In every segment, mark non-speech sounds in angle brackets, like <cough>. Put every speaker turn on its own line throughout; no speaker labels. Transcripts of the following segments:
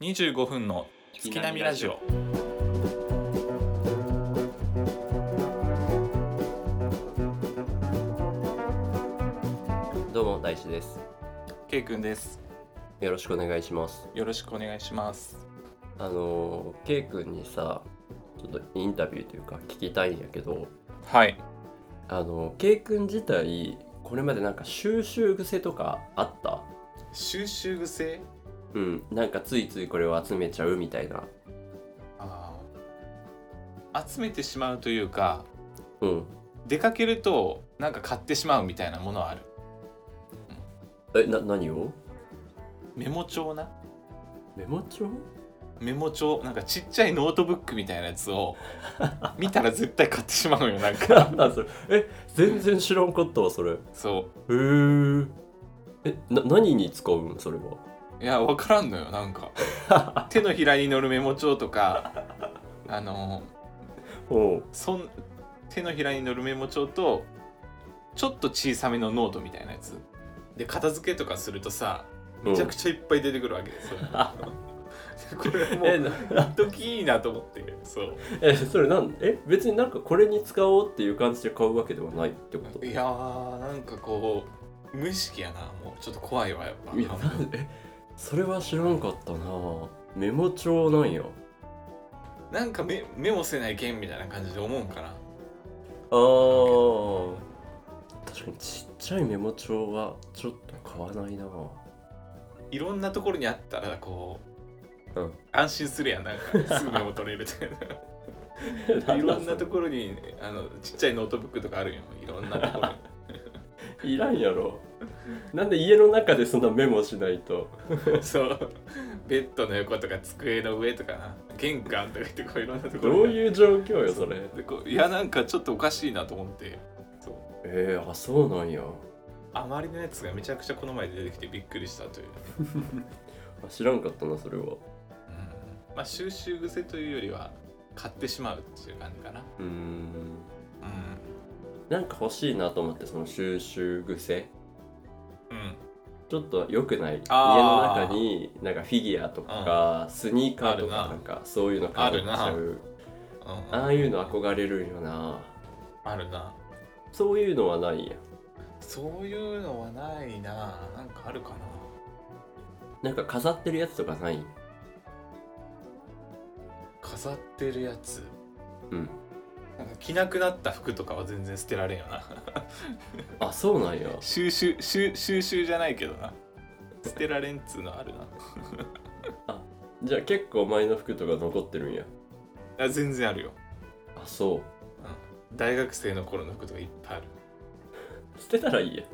25分の月並みラジオ。
どうも大志です。
けいくんです。
よろしくお願いします。
よろしくお願いします。
あのー、ケイ君にさ、ちょっとインタビューというか聞きたいんやけど、
はい。
あのー、ケイ君自体これまでなんか収集癖とかあった？
収集癖。
うん、なんかついついこれを集めちゃうみたいな。
あー集めてしまうというか、
うん。
出かけると、なんか買ってしまうみたいなものはある。
え、な何を？
メモ帳な。
メモ <laughs> 帳？
メモ帳、なんかちっちゃいノートブックみたいなやつ <laughs> を。見たら絶対買ってしまうよ、なんか。
なんだそれ。え、全然知らんかったわそれ。へ
そ
え。え、な何に使うんそれは？
う。いや、わからんのよ、なん <laughs> か。手のひらに乗るメモ帳とか。あのー。
おう。
そん手のひらに乗るメモ帳とちょっと小さめのノートみたいなやつで片付けとかするとさ
うん
めちゃくちゃいっぱい出てくるわけです
<laughs>
よ、これも
え、
う
な
一時いいなと思ってそう
えそれなんえ別になんかこれに使おうっていう感じで買うわけではないってこと
いやーなんかこう無意識やなもうちょっと怖いわやっぱ
いやなんえそれは知らんかったなメモ帳なんや
なんかメメモせないけんみたいな感じで思うんかな
あー確かにちっちゃいメモ帳はちょっと買わないない
ろんなところにあったらこう、
うん
安心するやんなんかすぐメモ取れるみたいな。 <laughs> いろんなところにあのちっちゃいノートブックとかあるよいろんなところに
いらんやろなんで家の中でそんなメモしないと
<laughs> そうベッドの横とか机の上とかな玄関とか言ってこういろんなところ
どう
に
いう状況よそれ
でこういやなんかちょっとおかしいなと思ってそう
えー、あそうなんや
あまりのやつがめちゃくちゃこの前出てきてびっくりしたという、
あ知らんかったなそれは
うんまあ収集癖というよりは買ってしまうっていう感じかな
うーん
う
なんか欲しいなと思ってその収集癖
んうん
ちょっと良くない家の
あー
中になんかフィギュアとか、スニーカーと
あ
か
るな
なんかそういうの買っちゃう
うん
ああいうの憧れるよな
あるな
そういうのはないんや
そういうのはないななんかあるかな
なんか飾ってるやつとかない
飾ってるやつ
うん
なんか着なくなった服とかは全然捨てられんよな
あそうなんや
収集収収集じゃないけどな捨てられんっつうのあるな
じゃあ結構前の服とか残ってるんや
あ全然あるよ
あそう
大学生の頃の服とかいっぱいある
捨てたらいいや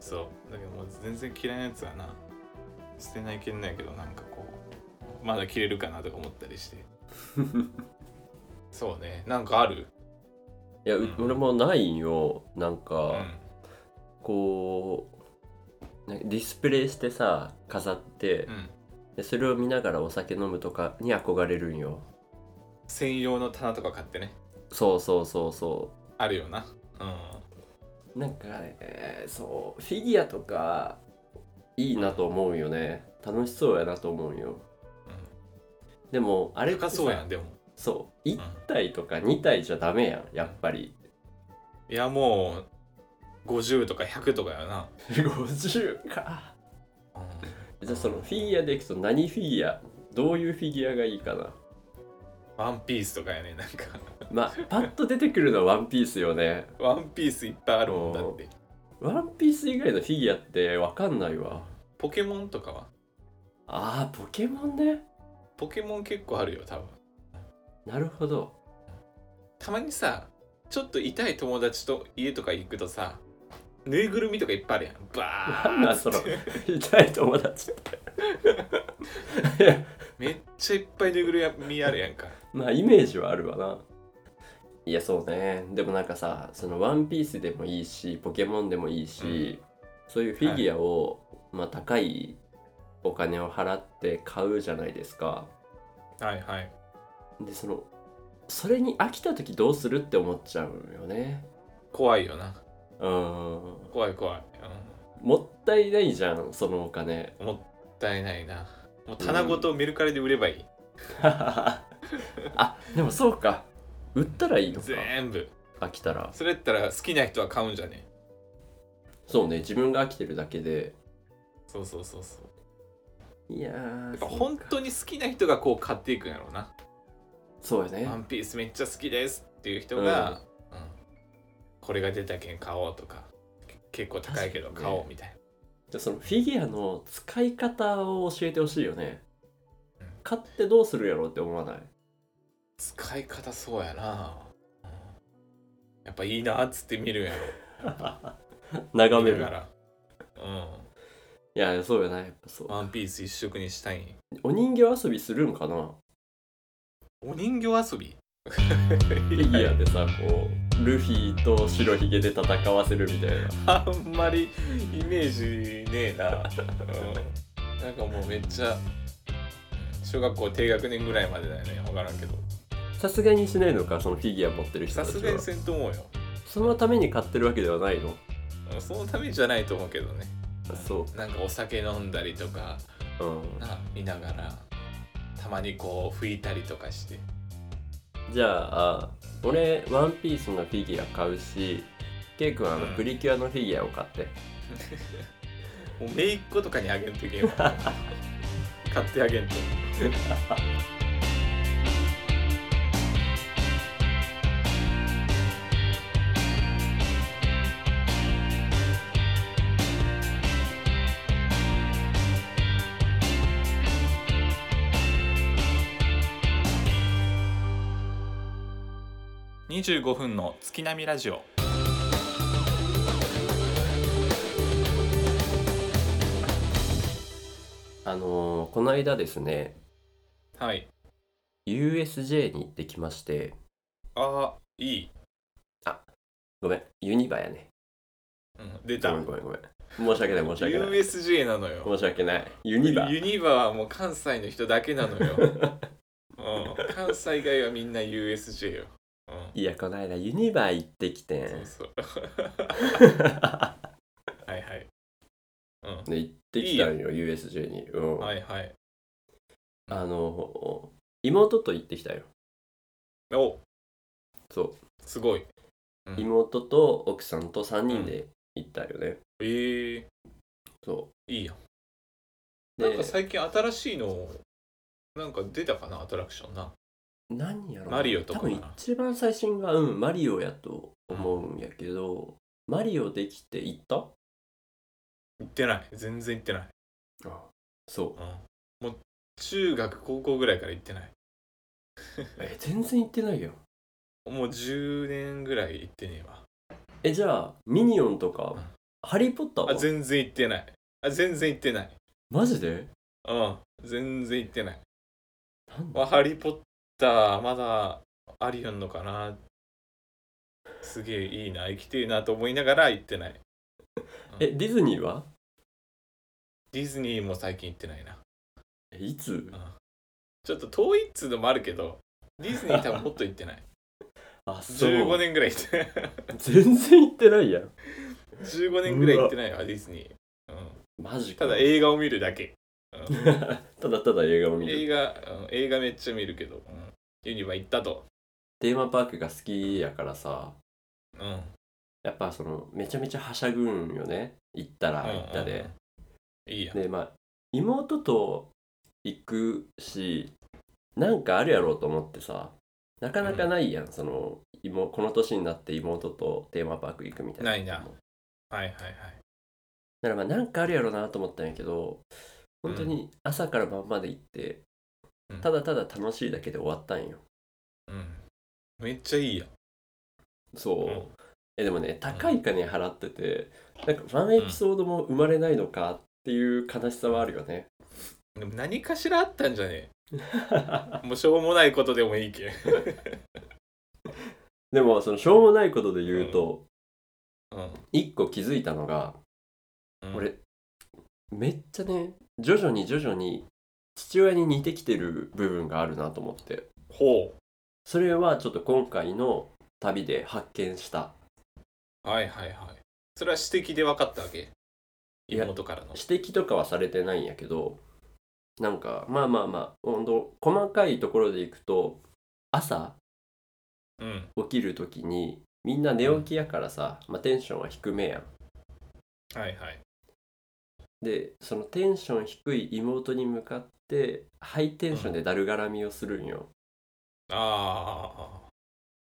そうだけどもう全然嫌いなやつはな捨てないけんないけどなんかこうまだ着れるかなとか思ったりして <laughs> そうねなんかある
いや、う
うん
俺もないんよなん
う
か、
ん
こうなんかディスプレイしてさ飾って、
うん
でそれを見ながらお酒飲むとかに憧れるんよ
専用の棚とか買ってね
そうそうそうそ
あるよなうん
うなんか、えーそうフィギュアとかいいなと思うよね楽しそうやなと思うよ、でもあれって
高
さ
そうやんでも
そう1体とか2体じゃダメやんやっぱり
いやもう50とか100とかやな、
50かじゃあそのフィギュアでいくと何フィギュアどういうフィギュアがいいかな
ワンピースとかやねなんか
ま
<laughs>
あパッと出てくるのはワンピースよね
ワンピースいっぱいあるもんだって
ワンピース以外のフィギュアってわかんないわ
ポケモンとかは
あーポケモンね
ポケモン結構あるよ多分
なるほど
たまにさちょっと痛い友達と家とか行くとさぬいぐるみとかいっぱいあるやん
なん
バー
だそ
<laughs> ッつ
の
って
痛い友達っていや
めっちゃいっぱいぬいぐるみあるやんか
まあイメージはあるわないやそうねでもなんかさそのワンピースでもいいしポケモンでもいいし、そういうフィギュアを、まあ高いお金を払って買うじゃないですか
はいはい
でそのそれに飽きた時どうするって思っちゃうよね
怖いよな
うん
怖い怖い、
もったいないじゃんそのお金 <laughs>
うん、もったいないなもう棚ごとメルカリで売ればいい、
あでもそうか売ったらいいのか
全部
飽きたら
それやったら好きな人は買うんじゃね
そうね自分が飽きてるだけで
そうそうそうそう
いやー
やっぱ
そう
本当に好きな人がこう買っていくんやろうな
そうや
「
ね
ワンピースめっちゃ好きです」っていう人が、うんこれが出たけん買おうとかけ結構高いけど買おうみたいな、
じゃあそのフィギュアの使い方を教えてほしいよね
うん
買ってどうするやろうって思
<laughs>
わない
使い方そうやな、うんやっぱいいなっつって見るんやろ
眺め
見な
る
がらう
いやそうやなやっぱそうん
ワンピース一色にしたいんや
お人形遊びするんかな
お人形遊び
フィギュアでさこうルフィと白ひげで戦わせるみたい
<laughs>
な
あんまりイメージねえな、うん、なんかもうめっちゃ小学校低学年ぐらいまでだよね分からんけど
さすがにしないのかそのフィギュア持ってる人
さ
たち
すが
は
にせんと思うよ
そのために買ってるわけではないの
うんそのためじゃないと思うけどね
そ
なんかお酒飲んだりとか
ううん
な見ながらたまにこう拭いたりとかして
じゃあ俺ワンピースのフィギュア買うしケイ君はあの
うん
プリキュアのフィギュアを買って
もう姪っ子とかにあげんといけん <laughs> わ買ってあげんと。25分の月並みラジオ
あのーこの間ですね
はい。
USJ に行ってきまして
ああ、いい。
ごめんユニバやね
うん、出た
ごめ。んごめんごめん申し訳ない申し訳ない
USJ なのよ。
申し訳ないユニバ
ユニバはもう関西の人だけなの
<laughs>
よ。うん、関西以外はみんな USJ よ。う
<laughs> いやこの間ユニバ行ってきてん <laughs>
ん、そうそう。はいはい。
で行ってきたんよ USJ に、う
う
ん
ん、はいはい。
あの妹と行ってきたよ
お
そ
すごい。
う妹と奥さんと3人で行ったよね、
ええ
そ
いいやん。
う
なん
で
か最近新しいの、なんか出たかな、アトラクションな。
何やろ
マリオとか
多
かな
分一番最新がうんマリオやと思うんやけど、マリオできて行った
行ってない。全然行ってない。
あそ
うん、もう中学、高校ぐらいから行ってない。
うえ全然行ってないよ
もう10年ぐらい行ってねえわ。
えじゃあミニオンとか、
うん
ハリー・ポッター
あ
は
全然行ってないあ全然行ってない
マジで
うん全然行ってない
なんだ
わハリー・ポッターまだありよんのかなすげえいいな生きてえなと思いながら行ってない
えディズニーは
ディズニーも最近行ってないな
えいつ
ちょっと遠いっつうのもあるけどディズニー多分もっと行ってない
あ <laughs> そう
15年ぐらい行ってない <laughs>
全然行ってないやん
15年ぐらい行ってないわディズニー、うん、
マジか
ただ映画を見るだけ、うん
<laughs> ただただ映画を見る
映画、うん映画めっちゃ見るけど、うん、ユニバ行ったと
テーマパークが好きやからさ
うん
やっぱそのめちゃめちゃはしゃぐんよね行ったら行ったで、
うんうんうんいいや
でまあ妹と行くしなんかあるやろうと思ってさなかなかないやん、その妹この年になって妹とテーマパーク行くみたいな
ないなはいはいはい
だからまあなんかあるやろうなと思ったんやけど本当に朝から晩まで行って、
うん
ただただ楽しいだけで終わったんよ
うんめっちゃいいやん
そう、
うん
えでもね高い金払っててなんかワンエピソードも生まれないのかっていう悲しさはあるよね
でも何かしらあったんじゃね
<laughs>
えもうしょうもないことでもいいけん
でもそのしょうもないことで言うと
うん、
一個気づいたのが
うん、
俺めっちゃね徐々に徐々に父親に似てきてる部分があるなと思って
ほ
それはちょっと今回の旅で発見した
うはいはいはいそれは指摘で分かったわけ
いや
妹からの
指摘とかはされてないんやけどなんかまあまあまあほんと細かいところでいくと朝
うん
起きる時にみんな寝起きやからさ、まあ、テンションは低めやん
はいはい
でそのテンション低い妹に向かってハイテンションでだるがらみをするんよ、
ああ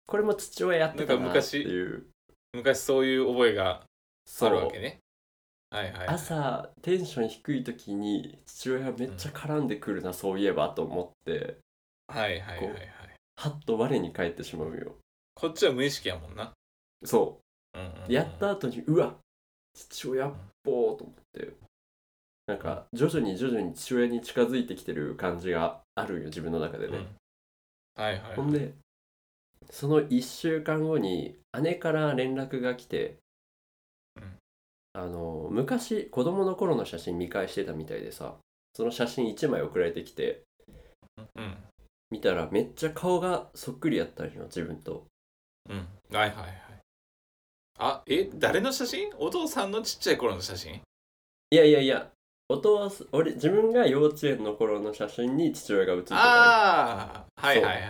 これも父親やってた
なん
な
か
って
昔
いう
昔そういう覚えが
そ
あ
う
るわけねはいはい
朝テンション低い時に父親めっちゃ絡んでくるな、そういえばと思って
はいはいはいはい
はっと我に返ってしまうよ
こっちは無意識やもんな、
そ
うんうんうん
うやった後にうわ父親っぽーと思ってなんか徐々に徐々に父親に近づいてきてる感じがあるよ自分の中でね、
うんはいはい
ほんでその1週間後に姉から連絡が来て、
うん
あの昔子供の頃の写真見返してたみたいでさその写真1枚送られてきて
うん
見たらめっちゃ顔がそっくりやったんよ自分と
うんはいはいはいあえ誰の写真お父さんのちっちゃい頃の写真
いやいやいやお父さん俺自分が幼稚園の頃の写真に父親が写ってたんよ
ああはいはいはい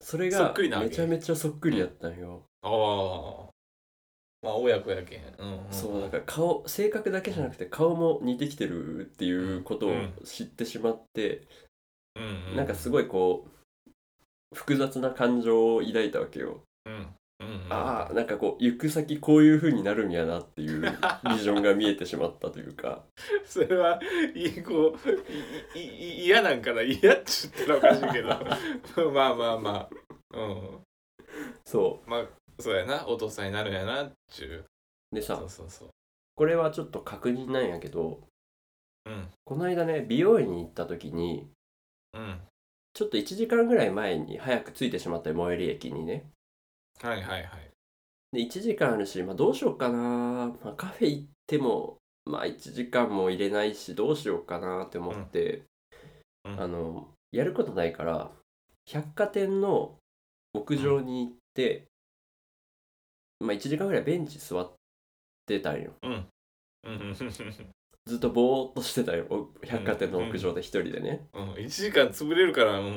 それ
そっ
が
くりなわけ
めちゃめちゃそっくりやったんよ、
ああまあ親子やけん、うんうん、
そうだから顔性格だけじゃなくて顔も似てきてるっていうことを
うん
知ってしまって、
うんうん、
なんかすごいこう複雑な感情を抱いたわけよ、
うんうんうん、
ああなんかこう行く先こういう風になるんやなっ
<laughs>
ていうビジョンが見えてしまったというか
それはいいこういいいい嫌なんかな嫌っちゅったらおかしいけど <laughs> まあまあまあうん
そ
まあそうやなお父さんになるんやなっちゅう
うでさ
そうそうそう
これはちょっと確認なんやけど
うん
この間ね美容院に行った時に
うん
ちょっと1時間ぐらい前に早く着いてしまった最寄り駅にね
はいはいはい
で1時間あるし、まあ、どうしようかな、まあ、カフェ行ってもまあ1時間も入れないしどうしようかなって思って、
うん
あのやることないから百貨店の屋上に行って、まあ1時間ぐらいベンチ座ってたんよ
うんうんうん
ずっとぼーっとしてたんよお百貨店の屋上で一人でね、
うん1時 <laughs> 間潰れるからもう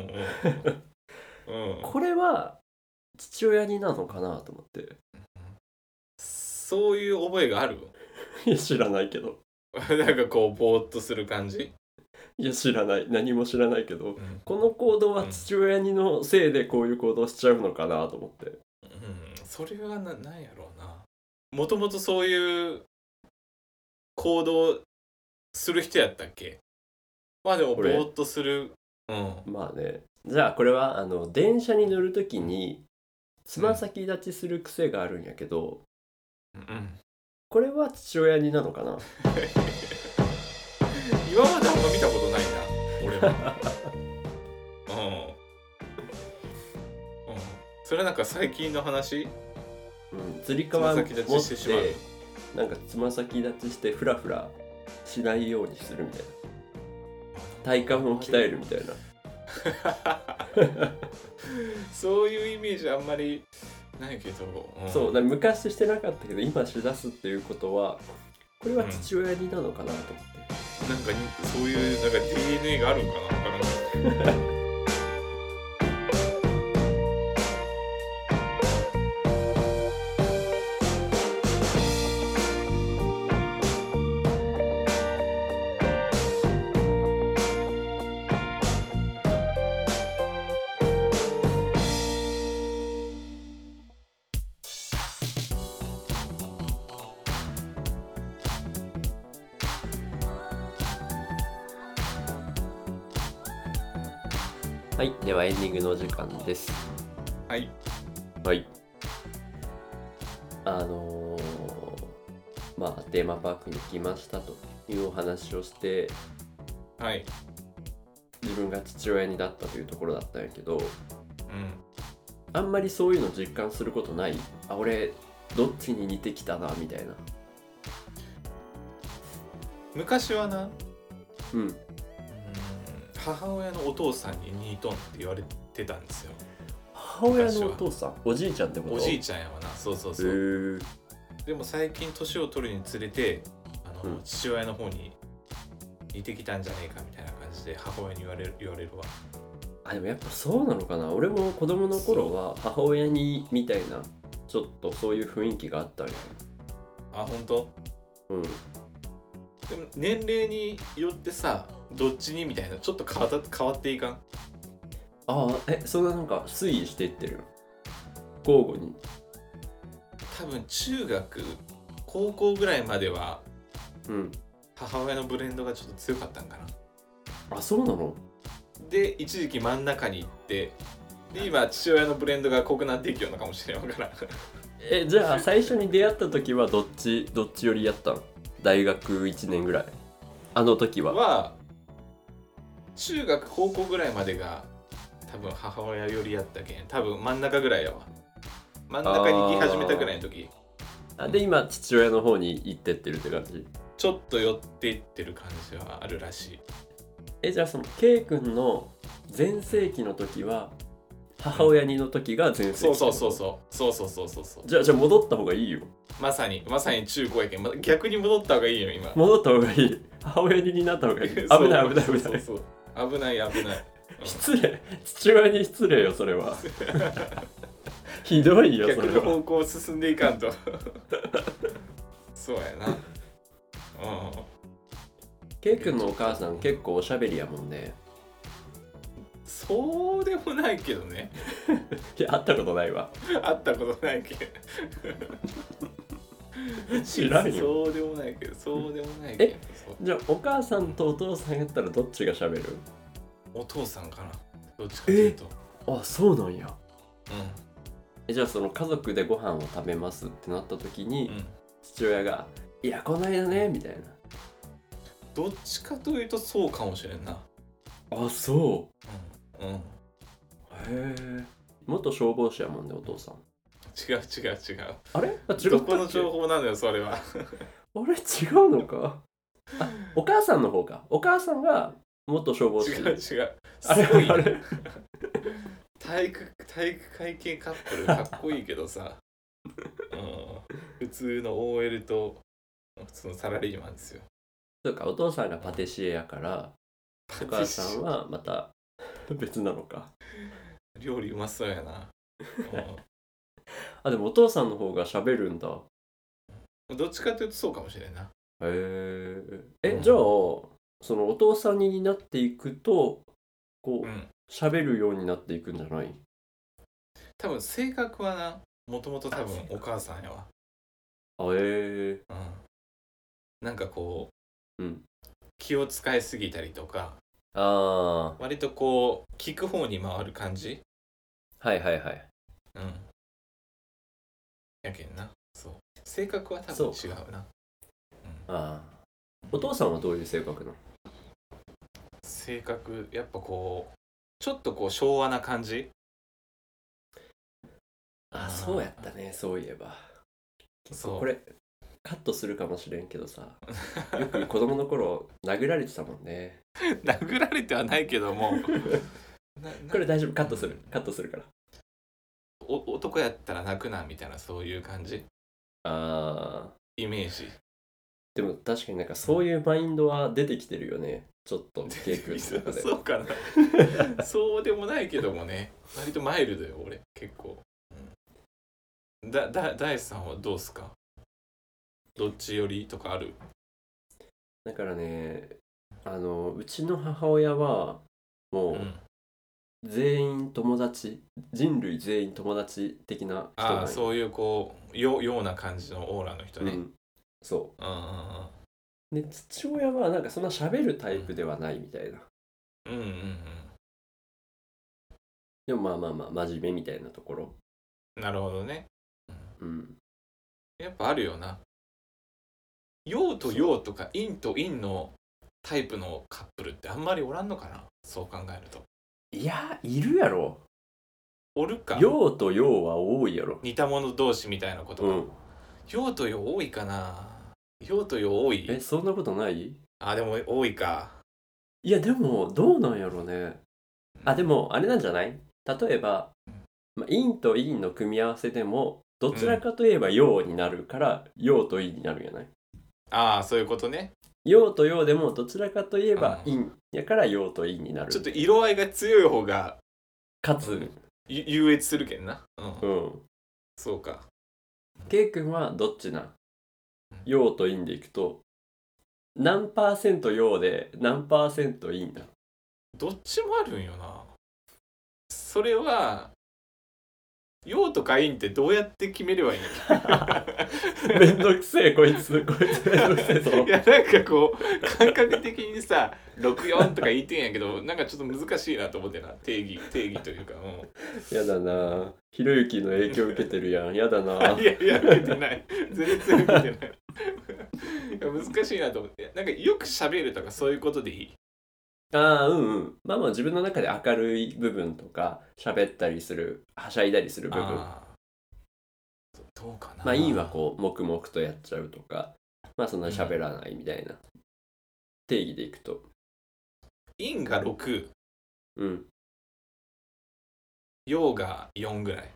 うん、うん、
<laughs> これは父親になるのかなと思って
そういう覚えがある
いや知らないけど
<laughs> なんかこうぼーっとする感じ、
いや知らない何も知らないけど
うん
この行動は父親にのせいでこういう行動しちゃうのかなと思って
うん、それはななんやろうなもともとそういう行動する人やったっけまあでもぼ
俺
ーっとするうん
まあねじゃあこれはあの電車に乗る時につま先立ちする癖があるんやけど、
うん
これは父親になのかな
今まであんま見たことないな俺 <laughs> はうんうんそれはなんか最近の話
うんつり
つま
革持っ
先
て
立ちしてしまう
なんかつま先立ちしてフラフラしないようにするみたいな体幹を鍛えるみたいな
そういうイメージあんまりないけど、ん
そうだから昔してなかったけど今しだすっていうことはこれは父親になのかなと思って、
なんかにそういうなんか DNA があるんかなわからんけど
はいではエンディングのお時間です
はい
はいあのーまあテーマパークに来ましたというお話をして
はい
自分が父親になったというところだったんやけど
うん
あんまりそういうの実感することないあ俺どっちに似てきたなみたいな
昔はな、うん、
うん
母親のお父さんに似とんって言われてたんですよ
母親のお父さんおじいちゃんってこと
おじい
ち
ちゃんやわなそうそう
ゃ
そう、
んへ
でも最近年を取るにつれてあの、
うん
父親の方に似てきたんじゃねえかみたいな感じジで母親に言われる言われるわ
あでもやっぱそうなのかな俺も子供の頃は母親にみたいなちょっとそういう雰囲気があったんよ
あ本当
うん
でも年齢によってさどっちにみたいなちょっと変わった変わっていかん
ああえそんななんか推移していってるの交互に
多分中学高校ぐらいまでは
うん
母親のブレンドがちょっと強かったんかな
あそうなの
で一時期真ん中に行ってで今父親のブレンドが濃くなっていくようなかもしれんわからん
えじゃあ最初に出会った時はどっちどっち寄りやったの大学1年ぐらいあの時は
は中学高校ぐらいまでが多分母親寄りやったけん多分真ん中ぐらいやわ真ん中に行き始めたぐらいの時
あで今父親の方に行ってってるって感じ
ちょっと寄っていってる感じはあるらしい
えじゃあその K 君の全盛期の時は母親にの時が全盛期
そうそうそうそうそうそうそうそうそう
じゃあじゃあ戻った方がいいよ
まさにまさに中高やけんま逆に戻った方がいいよ今
戻った方がいい母親になった方が <laughs> いい
<laughs>
危
そう
ない危ない危
そ
な
う
い
そうそう危ない危ない
失礼父親に失礼よそれ <laughs> はひどいよそ
逆
れ
の
は
方向を進んでいかんとそうやなうん
ケイ君のお母さん結構おしゃべりやもんね
そうでもないけどね
いや会ったことないわ
会ったことないけど
知らんよ
そうでもないけどそうでもないけど
え
そう
じゃあお母さんとお父さんやったらどっちがしゃべる
お父さんかなどっちかというと
あそうなんや
う
えじゃあその家族でご飯を食べますってなった時に、
ん、うん、
父親が「いやこないだね」みたい
どっちかというとそうかもしれんな
なあそ
うん、うん、
うへえ元消防士やもんねお父さん
違う違う違う
あれあ違
ど
っ
こ
た
の
っけ
情報なのよそれは
あれ違うのかあお母さんの方かお母さんが元消防
違
士
う違う
あれ
すごいね
あれ
体育体育会系カップルかっこいいけど
<laughs>
さ、うん、普通の OL と普通のサラリーマンですよ
そうかお父さんがパティシエやからお母さんはまた別なのか
料理うまそうやな、
あでもお父さんの方が喋るんだへ
うん、どっちかというとそうかもしれんな
ええ、
うん
じゃあそのお父さんになっていくとこ
う
うん喋るようになっていくんじゃない
多分性格はなもともと多分お母さんやわ、
あえ
うん、なんかこう、
うん
気を使いすぎたりとか
ー、あ
割とこう聞く方に回る感じ
あはいはいはい
うんやけんなそう性格は多分違うな
ああお父さんはどういう性格なの
性格やっぱこうちょっとこう昭和な感じ
あ
あー
そうやったねそういえば
そう
これカットするかもしれんけどさよく子供の頃殴られてたもんね
<laughs> 殴られてはないけど
<laughs>
もなな
これ大丈夫カットするカットするから
お男やったら泣くなみたいなそういう感じ
あー
イメージ
でも確かになんかそういうマインドは出てきてるよねちょっとケイ君の中
<laughs>
で
そうか
<laughs>
なそうでもないけどもね割とマイルドよ俺結構、うん、だだ大地さんはどうっすかどっちよりとかある
だからねあのうちの母親はもう全員友達人類全員友達的な人
あ
なん
あ
よ
そういうこうよような感じのオーラの人ね、
う
うん、
んそう
うんうん
で父親はなんかそんな喋るタイプではないみたいな、
うんうんうん
でもまあまあまあ真面目みたいなところ
うんなるほどね
うん
やっぱあるよな陽と陽とか陰と陰のタイプのカップルってあんまりおらんのかなそう考えると
いやいるやろ
おるか
陽と陽は多いやろ
似た者同士みたいなこと
う
が、
ん
用途用多いかな用途用多
え
い
そんなことない
あでも多いか
いやでもどうなんやろねあでもあれなんじゃない例えば、まあ、陰と陰の組み合わせでもどちらかといえば陽になるから陽と陰になるんじゃない
ああそういうことね
陽と陽でもどちらかといえば
うん
陰、やから陽と陰になる
ちょっと色合いが強い方が
かつ、
ゆ優越するけんな、うん
うん、
そうか
K 君はどっちなん陽と陰でいくと何パーセント陽で何パーセント陰なの
どっちもあるんよなそれは用とか陰ってどうやって決めればいいの
<laughs> めんどくせえこいつこいつめんどくせえぞ
いやなんかこう感覚的にさ64とか言ってんやけどなんかちょっと難しいなと思ってな定義定義というか、う、
やだなひろゆきの影響受けてるやんやだなん
いやいや受けてない全然受けてないいや難しいなと思ってなんかよく喋るとかそういうことでいい
ああうんうんまあまあ自分の中で明るい部分とか喋ったりするはしゃいだりする部分
あーどうかな
まあいいはこう黙々とやっちゃうとかまあそんな喋らないみたいな、定義でいくと
陰が6
うん
陽が4ぐらい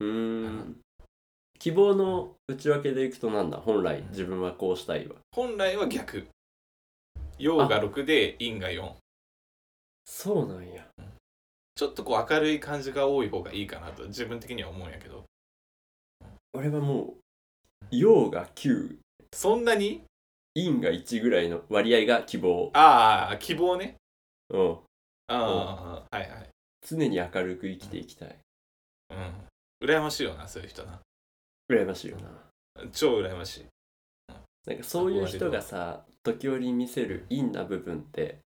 う
ーん希望の内訳でいくとなんだ本来自分はこうしたいわ
本来は逆陽が6で陰が4
そうなんや
ちょっとこう明るい感じが多い方がいいかなと自分的には思うんやけど
俺はもう陽が9
そんなに
陰が1ぐらいの割合が希望
ああ希望ね
うん
ああはいはい
常に明るく生きていきたい
うん羨ましいよなそういう人な
羨ましいよな
超羨ましい
なんかそういう人がさ時折見せる陰な部分って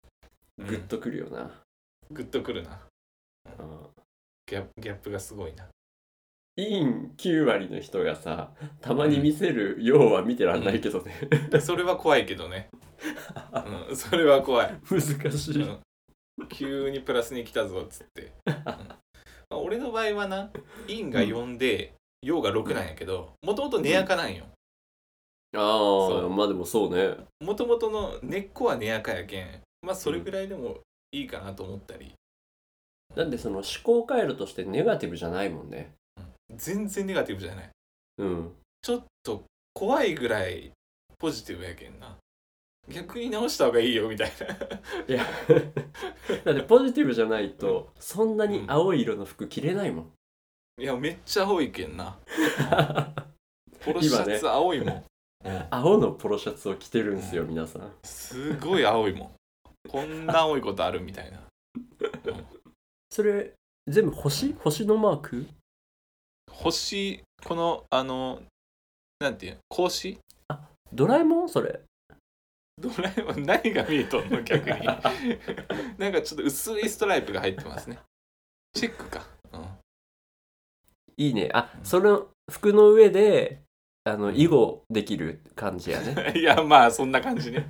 うん
グッとくるよな、
グッとくるな
うん
ギャップギャップがすごいな
イン9割の人がさたまに見せるようは見てらんないけどね、
それは怖いけどね、うん、それは怖い
<laughs> 難しい、
うん急にプラスに来たぞっつって、うんまあ、俺の場合はな陰が4で陽が6なんやけどもともと根やかなんよ
あ
う
あまあでもそうね
もともとの根っこは根やかやけんまあそれぐらいでもいいかなと思ったり、
なんでその思考回路としてネガティブじゃないもんね
全然ネガティブじゃない
うん
ちょっと怖いぐらいポジティブやけんな逆に直した方がいいよみたいない <laughs>
や <laughs> だってポジティブじゃないとそんなに青い色の服着れないもん
いやめっちゃ青いけんなポロシャツ青いもん、うん
青のポロシャツを着てるんすよ皆さん
すごい青いもんこんな青いことあるみたいな
それ全部星星のマーク
星このあのなんていうの格子
ドラえもんそ
<laughs>
れ
ドラえもん何が見えとんの逆
<laughs>
になんかちょっと薄いストライプが入ってますねチェックか、うん、
いいねあその服の上であの囲碁できる感じや
<laughs>
ね
いやまあそんな感じね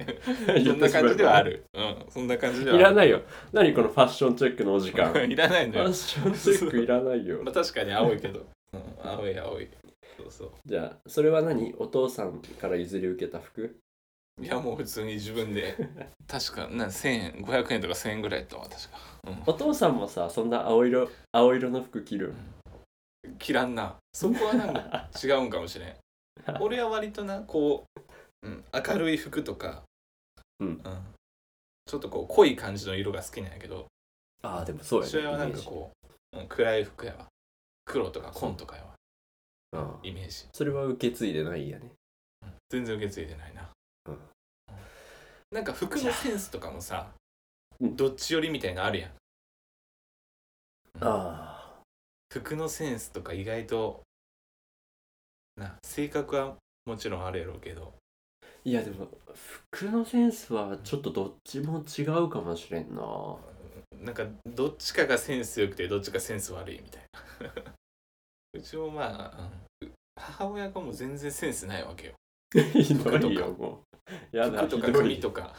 そんな感じではあるうんそんな感じではい
ら
あ
ないよ。何このファッションチェックのお時間。フ
る <laughs> いらないの
ァッ
よ
ションチェックいらないよ
ま。あ確かに青いけど、うん、青い青いそうそ
じゃあ、それは何お父さんから譲り受けた服
ういやもう普通に自分で確かなん1000円500円とか1000円ぐらいやったわ確か
お父さんもさ、そんな青色、青色の服着る
切らんなそこはなんか違うんかもしれん俺は割となこう、うん、明るい服とか、
うん
ちょっとこう濃い感じの色が好きなんやけど
ああ、でもそうやね。
父親はなんかこう、うん、暗い服やわ黒とか紺とかやわ
う。ああ
イメージ
それは受け継いでないやね。
全然受け継いでないな、
うん
なんか服のセンスとかもさ
うん
どっち寄りみたいなのあるやん
あ
服のセンスとか意外とな性格はもちろんあるやろうけど
あ。いや、でも、服のセンスはちょっとどっちも違うかもしれんな。
なんかどっちかがセンス良くてどっちかセンス悪いみたいな <laughs> うちもまあ、うん母親がもう全然センスないわけよ
ひどい
服と
よ、
か
もう。やだ、
服とか
ひどい
髪とか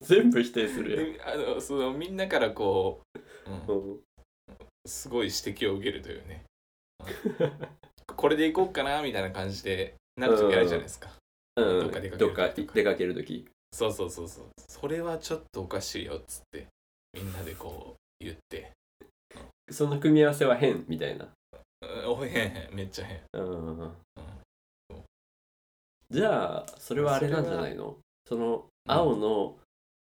全部否定する
であのそのみんなからこう、
や。
うんん
うん
すごい指摘を受けるというねこれでいこうかなみたいな感じでなる時あるじゃないですか
う
どっ
ん
か出かける時とか
どっか出かけるとき。
そうそうそうそうそれはちょっとおかしいよっつってみんなでこう言って
その組み合わせは変みたい
「
な。
うんおへんへんめっちゃ変
うん。じゃあ、それはあれなんじゃないのそその青の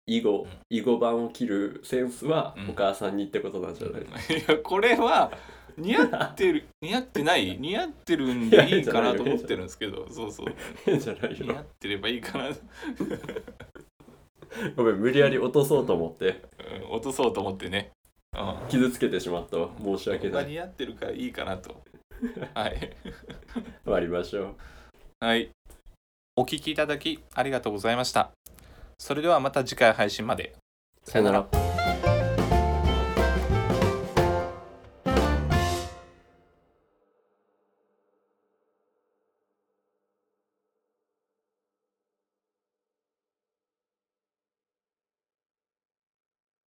囲碁、
うん
囲碁版を切るセンスは
うん
お母さんにってことなんじゃない、
いやこれは似合ってる似合ってない似合ってるんでいいかなと思ってるんですけどそうそう
変 <laughs> じゃない
似合
よ
ってればいいかな、うん
ごめん無理やり落とそうと思って
落とそうと思ってね、うん、
傷つけてしまったわ申し訳な
他
い
似合ってるからいいかなとはい
終わりましょう
はいお聞きいただきありがとうございましたそれではまた次回配信まで
さよなら